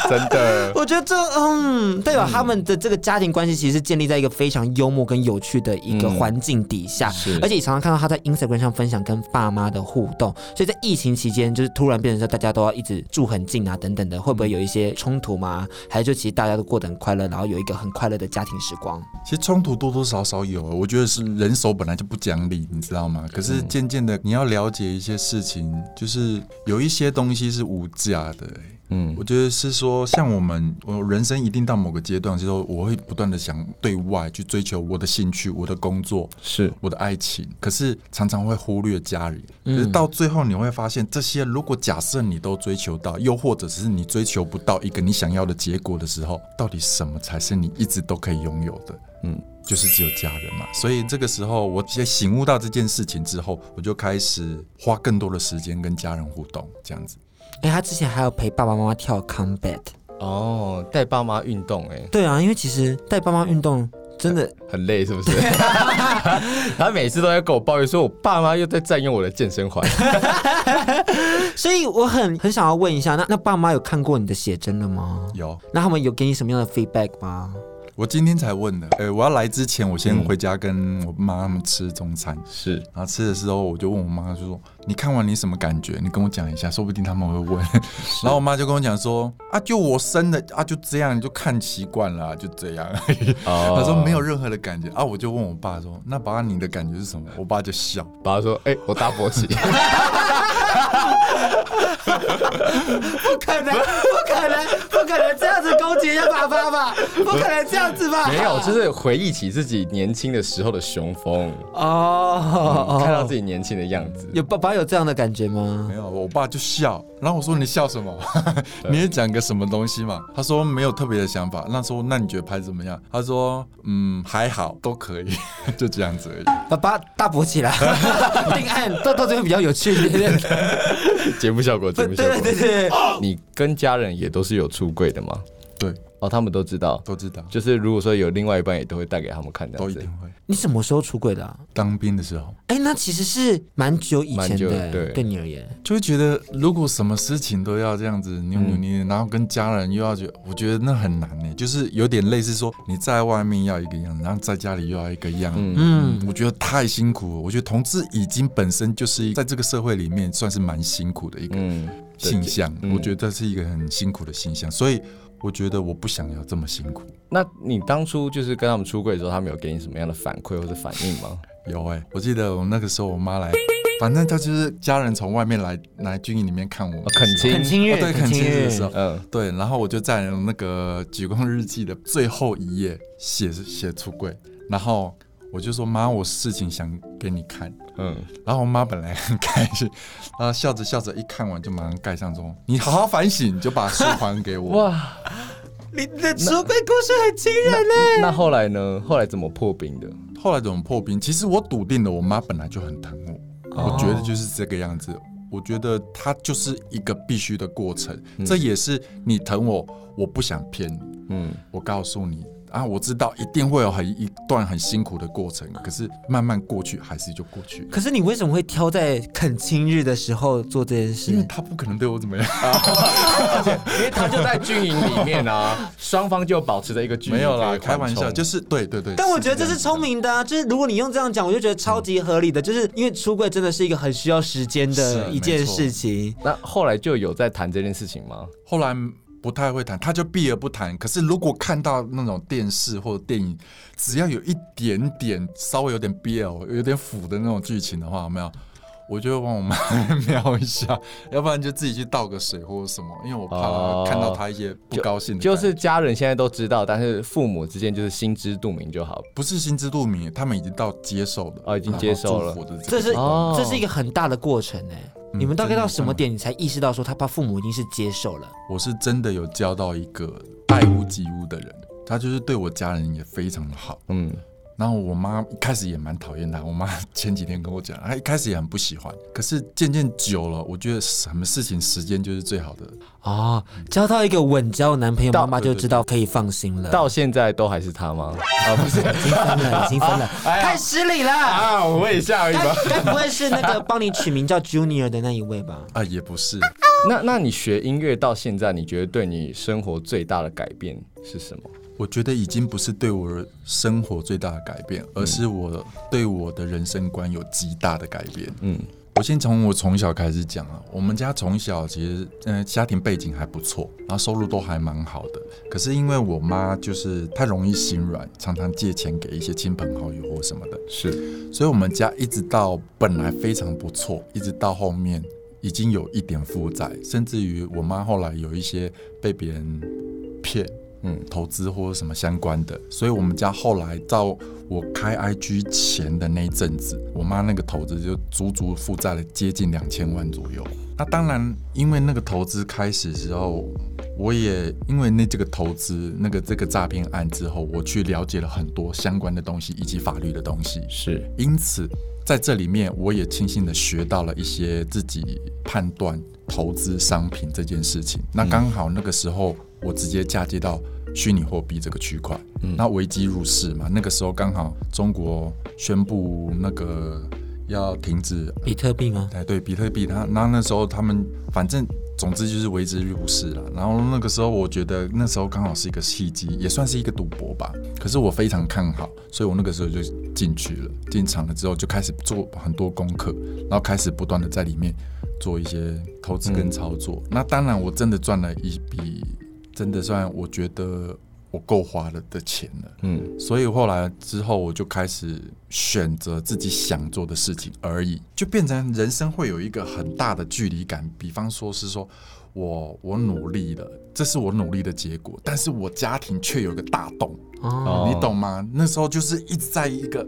真 的。我觉得这嗯，代表他们的这个家庭关系其实是建立在一个非常幽默跟有趣的一个环境底下，是而且你常常看到他在 Instagram 上分享跟爸妈的互动，所以在疫情期间，就是突然变成说大家都要一直住很近啊等等的，会不会有一些冲突吗？还是就其实大家都过得很快乐，然后有一个很快乐的家庭时光？其实冲突多多少少有，我觉得是人手本来就不讲理，你知道嗯吗？可是渐渐的，你要了解一些事情，就是有一些东西是无价的、欸。嗯我觉得是说，像我们，我人生一定到某个阶段之后，我会不断的想对外去追求我的兴趣、我的工作、是我的爱情，可是常常会忽略家人。可是到最后，你会发现，这些如果假设你都追求到，又或者是你追求不到一个你想要的结果的时候，到底什么才是你一直都可以拥有的？嗯嗯。就是只有家人嘛，所以这个时候我先醒悟到这件事情之后，我就开始花更多的时间跟家人互动，这样子。哎、他之前还有陪爸爸妈妈跳 combat，哦，带爸妈运动哎、对啊，因为其实带爸妈运动真的很累是不 是？他每次都在跟我抱怨说，我爸妈又在占用我的健身环。 所以我很很想要问一下，那那爸妈有看过你的写真了吗？有，那他们有给你什么样的 feedback 吗？我今天才问的。呃，我要来之前，我先回家跟我妈他们吃中餐，是然后吃的时候，我就问我妈，就说：“你看完你什么感觉？你跟我讲一下，说不定他们会问。” 然后我妈就跟我讲说：“啊，就我生的啊，就这样，你就看习惯了啊、就这样。” 哦她说没有任何的感觉啊，我就问我爸说：“那欸爸，你的感觉是什么？”我爸就笑，爸爸说，哎、我大勃起。不可能，不可能，不可能这样子勾结一下爸爸吧？不可能这样子吧？没有，就是回忆起自己年轻的时候的雄风，哦，嗯哦看到自己年轻的样子。有爸爸有这样的感觉吗没？有，我爸就笑，然后我说你笑什么？ 你也讲个什么东西嘛？他说没有特别的想法。那时候那你觉得拍怎么样？他说嗯还好，都可以， 就这样子而已。爸爸大勃起 啦，定案到到这边比较有趣一点点。节目效果，节对目效对果对。对，你跟家人也都是有出柜的吗？对，哦，他们都知道。都知道，就是如果说有另外一半，也都会带给他们看这都样一子定。会。你什么时候出轨的啊？当兵的时候哎，那其实是蛮久以前蛮久的，欸对对你而言，就会觉得，如果什么事情都要这样子扭扭嗯捏捏，然后跟家人又要觉得，我觉得那很难呢。就是有点类似说你在外面要一个样，然后在家里又要一个样。嗯嗯嗯，我觉得太辛苦了。我觉得同志已经本身就是在这个社会里面算是蛮辛苦的一个嗯，现象，嗯我觉得是一个很辛苦的现象，所以我觉得我不想要这么辛苦。那你当初就是跟他们出柜的时候，他们有给你什么样的反馈或者反应吗？有哎、我记得我那个时候我妈 来，反正她就是家人从外面来来军营里面看我哦，恳亲，很亲哦热，对，恳亲日的时候，嗯，对，然后我就在那个《举光日记》的最后一页写写出柜，然后我就说妈，我事情想给你看，嗯，然后我妈本来很开心，然后笑着笑着一看完就马上盖上说你好好反省，就把书还给我。 哇，你的出轨故事很惊人呢。那后来呢？后来怎么破冰的？后来怎么破冰？其实我笃定了，我妈本来就很疼我，哦我觉得就是这个样子。我觉得它就是一个必须的过程，这也是你疼我，我不想骗你。嗯，我告诉你啊，我知道一定会有很一段很辛苦的过程，可是慢慢过去还是就过去，可是你为什么会挑在恳亲日的时候做这件因为事？他不可能对我怎么样。因为他就在军营里面 啊，双方就保持着一个距离，没有可啦，以开玩笑，缓冲就是对对对。但我觉得这样是聪明的啊，就是如果你用这样讲，我就觉得超级合理的，就是因为出柜真的是一个很需要时间的是一件没错事情。那后来就有在谈这件事情吗？后来不太会谈，他就避而不谈。可是如果看到那种电视或者电影，只要有一点点稍微有点 BL、有点腐的那种剧情的话，有没有？我就会帮我妈 瞄一下，要不然就自己去倒个水或者什么，因为我哦怕看到他一些不高兴的感就觉。是家人现在都知道，但是父母之间就是心知肚明就好。不是心知肚明，他们已经到接受了，哦已经接受了然后祝福的这这是个哦嗯这是一个很大的过程哎、你们大概到什么点你才意识到说他爸父母已经是接受了？我是真的有交到一个爱屋及乌的人，他就是对我家人也非常的好。嗯，然后我妈一开始也蛮讨厌他，我妈前几天跟我讲，她一开始也很不喜欢，可是渐渐久了，我觉得什么事情时间就是最好的。哦，交到一个稳交的男朋友，到妈妈就知道可以放心了。到现在都还是他吗？啊，不是已经分了，已经分 了，太失礼了。哎啊，我问一下而已该吧。该不会是那个帮你取名叫 Junior 的那一位吧？啊，也不是， 那那你学音乐到现在，你觉得对你生活最大的改变是什么？我觉得已经不是对我的生活最大的改变，而是我对我的人生观有极大的改变。嗯我先从我从小开始讲啊，我们家从小其实，嗯、家庭背景还不错，然后收入都还蛮好的。可是因为我妈就是太容易心软，常常借钱给一些亲朋好友或什么的，是所以我们家一直到本来非常不错，一直到后面已经有一点负债，甚至于我妈后来有一些被别人骗，嗯嗯，投资或者什么相关的，所以我们家后来到我开 IG 前的那一阵子，我妈那个投资就足足负债了接近两千万左右。那当然，因为那个投资开始之后，我也因为那这个投资那个这个诈骗案之后，我去了解了很多相关的东西以及法律的东西。是，因此，在这里面，我也庆幸的学到了一些自己判断投资商品这件事情。那刚好那个时候，我直接嫁接到虚拟货币这个区块，那危机入市嘛。那个时候刚好中国宣布那个要停止比特币吗？哎，对，比特币，他那那时候他们反正总之就是为之入市了。然后那个时候我觉得那时候刚好是一个契机，也算是一个赌博吧。可是我非常看好，所以我那个时候就进去了。进场了之后就开始做很多功课，然后开始不断的在里面做一些投资跟操作。那当然我真的赚了一笔，真的算我觉得我够花了的钱了。嗯，所以后来之后，我就开始选择自己想做的事情而已，就变成人生会有一个很大的距离感。比方说是说我我努力了，这是我努力的结果，但是我家庭却有一个大洞，哦，哦你懂吗？那时候就是一直在一个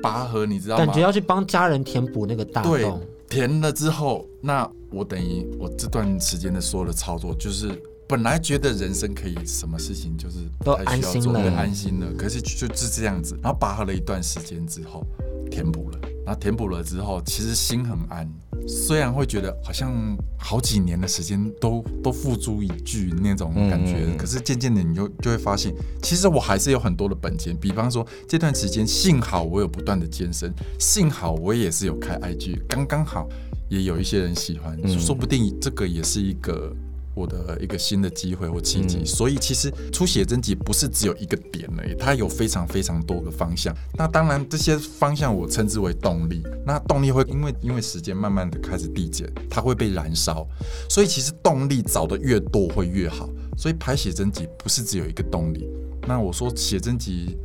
拔河，你知道吗？感觉要去帮家人填补那个大对洞。，填了之后，那我等于我这段时间的所有的操作，就是本来觉得人生可以什么事情就是都不太需要安心做，了对安心了。可是就就是这样子，然后拔河了一段时间之后，填补了，然后填补了之后，其实心很安。虽然会觉得好像好几年的时间都都付诸一炬那种感觉，嗯嗯嗯可是渐渐的你就就会发现，其实我还是有很多的本钱。比方说这段时间，幸好我有不断的健身，幸好我也是有开 IG，刚刚好也有一些人喜欢，嗯说不定这个也是一个。我的一个新的机会或契机，嗯所以其实出写真集不是只有一个点而已，它有非常非常多个方向。那当然，这些方向我称之为动力。那动力会因为因为时间慢慢的开始递减，它会被燃烧。所以其实动力找的越多会越好。所以拍写真集不是只有一个动力。那我说写真集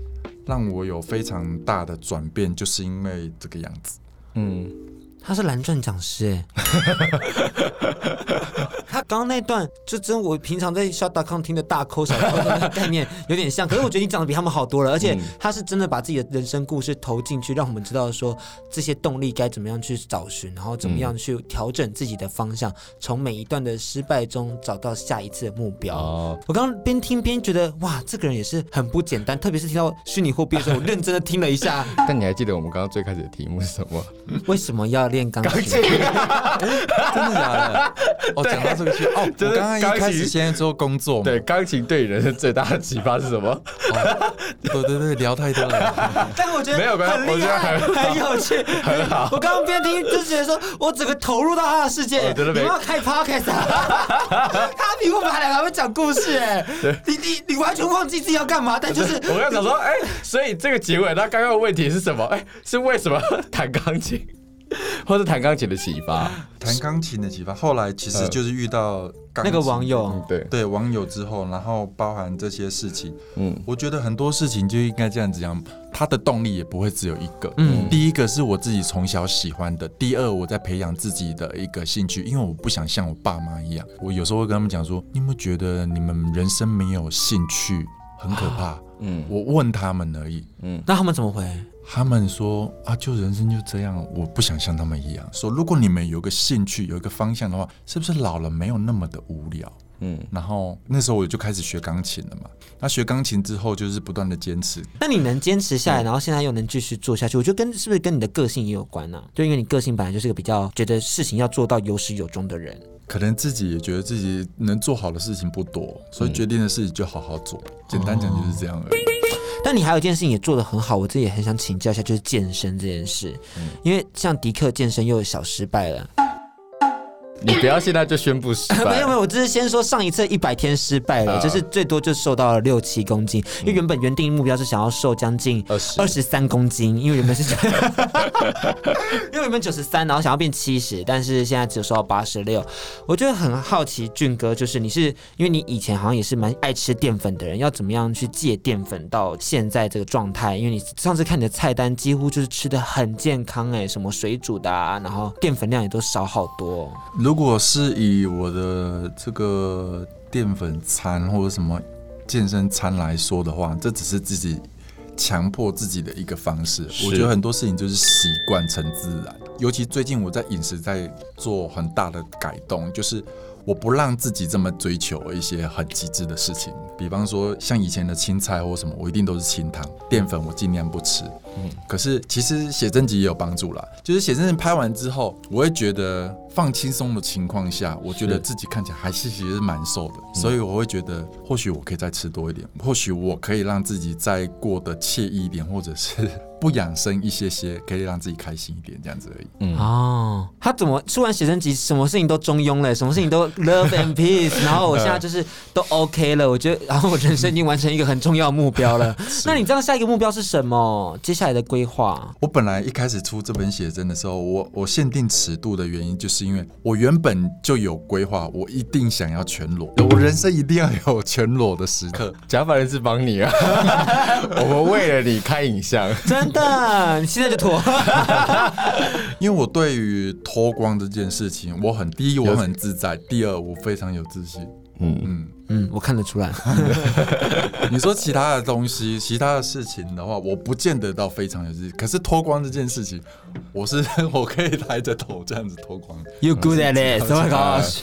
让我有非常大的转变，就是因为这个样子。嗯，他是蓝钻讲师哎，他刚刚那段就真我平常在 shut.com 听的大抠小抠的那个概念有点像，可是我觉得你讲的比他们好多了，而且他是真的把自己的人生故事投进去，让我们知道说这些动力该怎么样去找寻，然后怎么样去调整自己的方向，从每一段的失败中找到下一次的目标。哦，我刚刚边听边觉得，哇，这个人也是很不简单，特别是听到虚拟货币的时候，我认真的听了一下，但你还记得我们刚刚最开始的题目是什么？为什么要练钢琴？ 真的假的？哦，讲到这个去哦， 就是我刚刚一开刚始起先做工作嘛， 对，钢琴对人生最大的启发是什么？ 对对对，聊太多了。但我觉得没有关系很厉害，我觉得很有 趣，很好。我刚刚边听就觉得说，我整个投入到他的世界。我觉得你没们要开 podcast 啊？ 他比我们还两个还会讲故事哎、你你你完全忘记自己要干嘛，但就是 我刚想说，哎、所以这个结尾，他刚刚的问题是什么？哎、是为什么弹钢琴， 或是弹钢琴的启发？ 弹钢琴的启发，后来其实就是遇到钢琴 那个网友，对，对网友之后，然后包含这些事情，嗯我觉得很多事情就应该这样子讲，它的动力也不会只有一个。嗯第一个是我自己从小喜欢的，第二我在培养自己的一个兴趣，因为我不想像我爸妈一样，我有时候会跟他们讲说，你有没有觉得你们人生没有兴趣很可怕？嗯我问他们而已，那他们怎么回？他们说啊，就人生就这样，我不想像他们一样。说如果你们有个兴趣，有一个方向的话，是不是老了没有那么的无聊？嗯，然后那时候我就开始学钢琴了嘛。那学钢琴之后，就是不断的坚持。那你能坚持下嗯来，然后现在又能继续做下去，我觉得跟是不是跟你的个性也有关呢、就因为你个性本来就是个比较觉得事情要做到有始有终的人。可能自己也觉得自己能做好的事情不多，所以决定的事情就好好做。简单讲就是这样而已。但你还有一件事情也做得很好，我自己也很想请教一下，就是健身这件事。嗯因为像迪克健身又有小失败了，你不要现在就宣布 失败。 没有没有，我只是先说上一次一百天失败了，啊嗯就是最多就瘦到了六七公斤，因为原本原定目标是想要瘦将近20二十三公斤，因为原本是， 因为原本九十三，然后想要变七十，但是现在只有瘦到八十六。我觉得很好奇，俊哥，就是你是因为你以前好像也是蛮爱吃淀粉的人，要怎么样去戒淀粉到现在这个状态？因为你上次看你的菜单，几乎就是吃的很健康哎、什么水煮的啊，然后淀粉量也都少好多哦、如果是以我的这个淀粉餐或者什么健身餐来说的话，这只是自己强迫自己的一个方式。是我觉得很多事情就是习惯成自然。尤其最近我在饮食在做很大的改动，就是我不让自己这么追求一些很极致的事情。比方说像以前的青菜或什么，我一定都是清汤，淀粉我尽量不吃。可是其实写真集也有帮助啦，就是写真集拍完之后，我会觉得放轻松的情况下，我觉得自己看起来还是其实蛮瘦的，所以我会觉得或许我可以再吃多一点，或许我可以让自己再过得惬意一点，或者是不养生一些些，可以让自己开心一点这样子而已。嗯哦，他怎么出完写真集，什么事情都中庸了，什么事情都 love and peace，然后我现在就是都 OK 了，我觉得，然后我人生已经完成一个很重要的目标 了。那你知道下一个目标是什么？接下来的规划？我本来一开始出这本写真的时候，我我限定尺度的原因，就是因为我原本就有规划，我一定想要全裸，我人生一定要有全裸的时刻。假发人是帮你 啊，我们为了你开影 像。真的，你现在就 脱。因为我对于脱光这件事情，我很第一我很自在，第二我非常有自信。嗯，嗯，嗯，我看得 出来。你说其他的东西、 其他的事情的话，我不见得到非常有自信。可是脱光这件事情，我是 我可以抬着头这样子脱光， You good at it? Oh my gosh！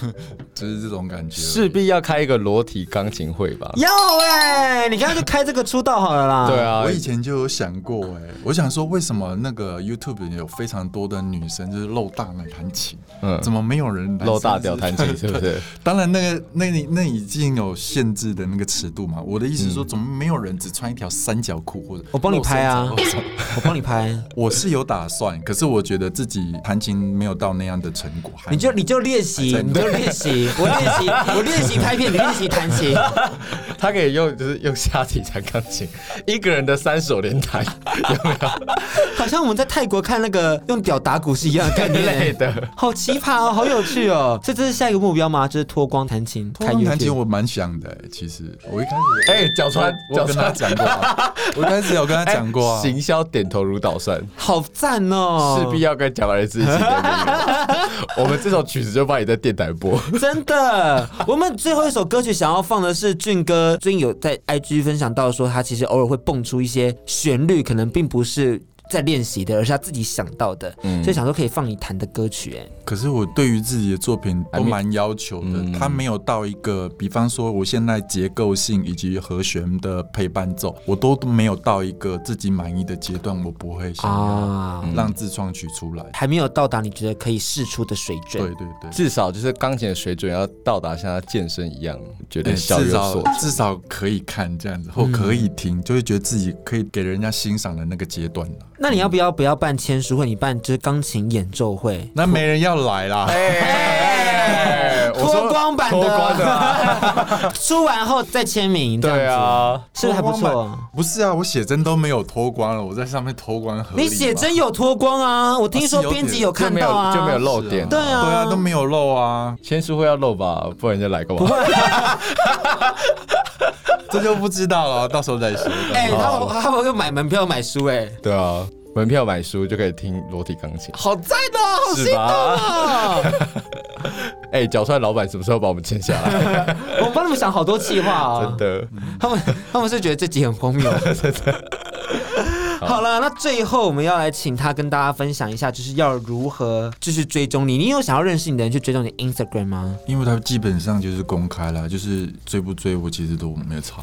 就是这种感觉。势必要开一个裸体钢琴会吧？要哎、你刚刚就开这个出道好了啦。对啊我，以前就有想过、哎，我想说为什么那个 YouTube 有非常多的女生就是露大奶弹琴，嗯怎么没有人男生露大屌弹琴是不是？当然，那个那你那已经有限制的那个尺度嘛。我的意思是说，怎么没有人只穿一条三角裤或者嗯我帮你拍啊露身材哦我帮你拍， 我是有打算，可是我觉得自己弹琴没有到那样的成果。还没你就你就练 习，你就练习，我练习， 我练习拍片，你练习弹琴。 他可以用就是用下体弹钢琴， 一个人的三手连弹，有没有？好像我们在泰国看那个用屌打鼓是一样的概 念之类的好奇葩哦，好有趣哦！这这是下一个目标吗？就是脱光弹琴，脱光弹琴看 YouTube 我蛮想的、哎其实我一开 始哎，脚穿 我脚有跟他穿，讲过、 啊，我一开始有跟他讲哎过、啊。行销点头如捣蒜，好赞哦！势必要跟贾白日一起联名。 我们这首曲子就帮你在电台播。真的，我们最后一首歌曲想要放的是俊哥，最近有在 IG 分享到说，他其实偶尔会蹦出一些旋律，可能并不是在练习的，而是他自己想到的，嗯所以想说可以放你弹的歌曲，哎，可是我对于自己的作品还都没蛮要求的嗯，它没有到一个，比方说我现在结构性以及和弦的配伴奏，我都没有到一个自己满意的阶段，我不会想要啊，让自创曲出来。还没有到达你觉得可以试出的水对准，对对，至少就是钢琴的水准要到达像他健身一样，觉得哎小有至所少成。至少可以看这样子，或可以嗯听，就会觉得自己可以给人家欣赏的那个阶段了。那你要不要不要办签书会？你办就是钢琴演奏会，那没人要来啦， 哎我说脱光版的脱光的啊 出完后再签名，这样对子，啊，是不是还不脱光错。不是啊，我写真都没有脱光了，我在上面脱光合理你吗写真有脱光啊？我听说编辑有就看没有到啊，就没有漏点。对啊对啊，都没有露啊，签书会要漏吧，不然人家来干嘛？ 这就不知道了，到时候再 说。哎、他他们又买门票买书哎、对啊，门票买书就可以听裸体钢 琴，好赞哦、好是心吧？动哦！哎，脚踹老板什么时候把我们签下来？ 我帮你们想好多计划哦真。的，他们他们是觉得这集很荒 谬，真的。好了，那最后我们要来请他跟大家分享一下，就是要如何就是追踪你。你有想要认识你的人去追踪你的 Instagram 吗？因为他基本上就是公开啦，就是追不追我其实都没有差。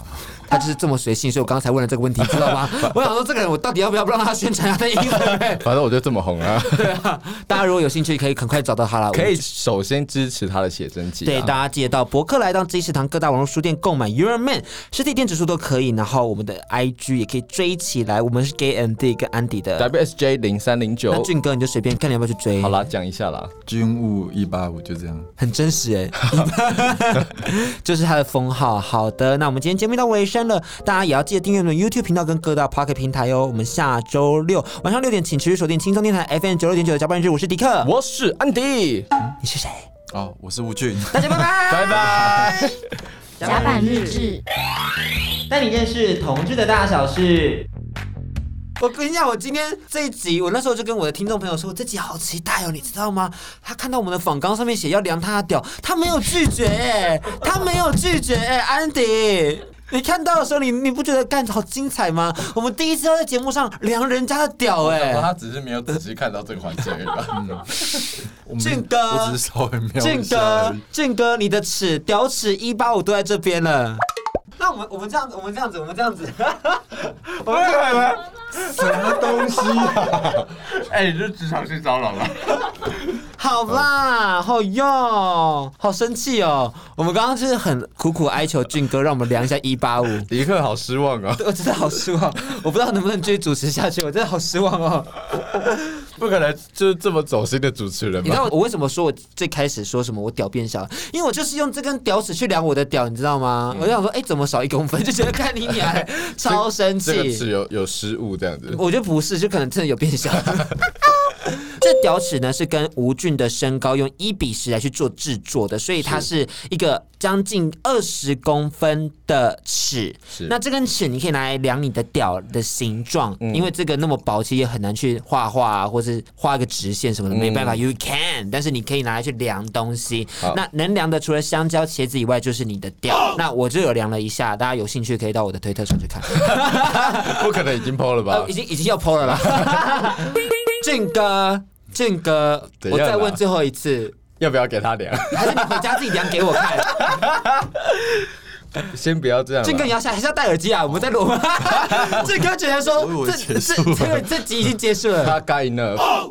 他就是这么随性，所以我刚才问了这个问题，你知道 吗？我想说这个人，我到底要不要让他宣传他的 Instagram？反正我就这么红啊。 对啊，大家如果有兴趣，可以很快找到他了。可以首先支持他的写真集、啊，对，大家记得到博客来到知识堂各大网络书店购买 Your Man 实体电子书都可以，然后我们的 IG 也可以追起来，我们是 Gay and D 跟安迪的。 WSJ 零三零九那。俊哥你就随便看你要不要去追，好，啦，讲一下啦， 军务一八五就这样，很真实哎、 就是他的封号。好的，那我们今天节目到尾声了，大家也要记得订阅我们的 YouTube 频道跟各大 Pocket 平台哦。我们下周六晚上六点，请持续锁定轻松电台 FM 九六点九的加班日，我是迪克，我是安迪，你是谁？哦，我是吴 俊。大家拜拜。拜拜。甲板日志，带你认识同志的大小事。我跟你讲，我今天这一集，我那时候就跟我的听众朋友说，我这集好期待哦，你知道吗？他看到我们的访纲上面写要量他的屌，他没有拒绝、哎，他没有拒绝、哎，安迪。你看到的时候，你你不觉得干好精彩吗？我们第一次要在节目上量人家的屌、哎， 只是没有仔细看到这个环节 而已。嗯我们俊哥我只是稍微瞄俊一下哥而已。，俊哥，你的尺屌尺一八五都在这边了。那我们我们这样子，我们这样子，我们这样子， 我们这样子。什么东西啊？哎，你这职场性骚扰了。好啦，好哟，好生气哦！我们刚刚就是很苦苦哀求俊哥让我们量一下一 八五，迪克好失望啊、我真的好失望，我不知道能不能继续主持下去，我真的好失望哦。不可能就是这么走心的主持人你知道吧？我为什么说我最开始说什么我屌变小了？因为我就是用这根屌尺去量我的屌，你知道吗？嗯我就想说，哎、怎么少一公分？就觉得看你娘 的，超生这个气。是有有失误这样子。我觉得不是，就可能真的有变小。 这屌尺呢是跟吴俊的身高用一比十来去做制作的，所以它是一个将近二十公分的尺。是那这根尺你可以拿来量你的屌的形状，因为这个那么薄，其实也很难去画画啊，或是画一个直线什么的，没办法、y o u can。但是你可以拿来去量东西。那能量的除了香蕉、茄子以外，就是你的屌。那我就有量了一下，大家有兴趣可以到我的推特上去看。不可能已经 抛了吧呃，已？经已经要剖了啦。俊哥，俊哥，怎我样啦再问最后一次，要不要给他量？还是你回家自己量给 我看？ 先不要这样啦。俊哥，你要下还是要戴耳机啊？我们在 录吗？俊哥觉得说我以，这为结这束了这这集已经结束了。他 got enough。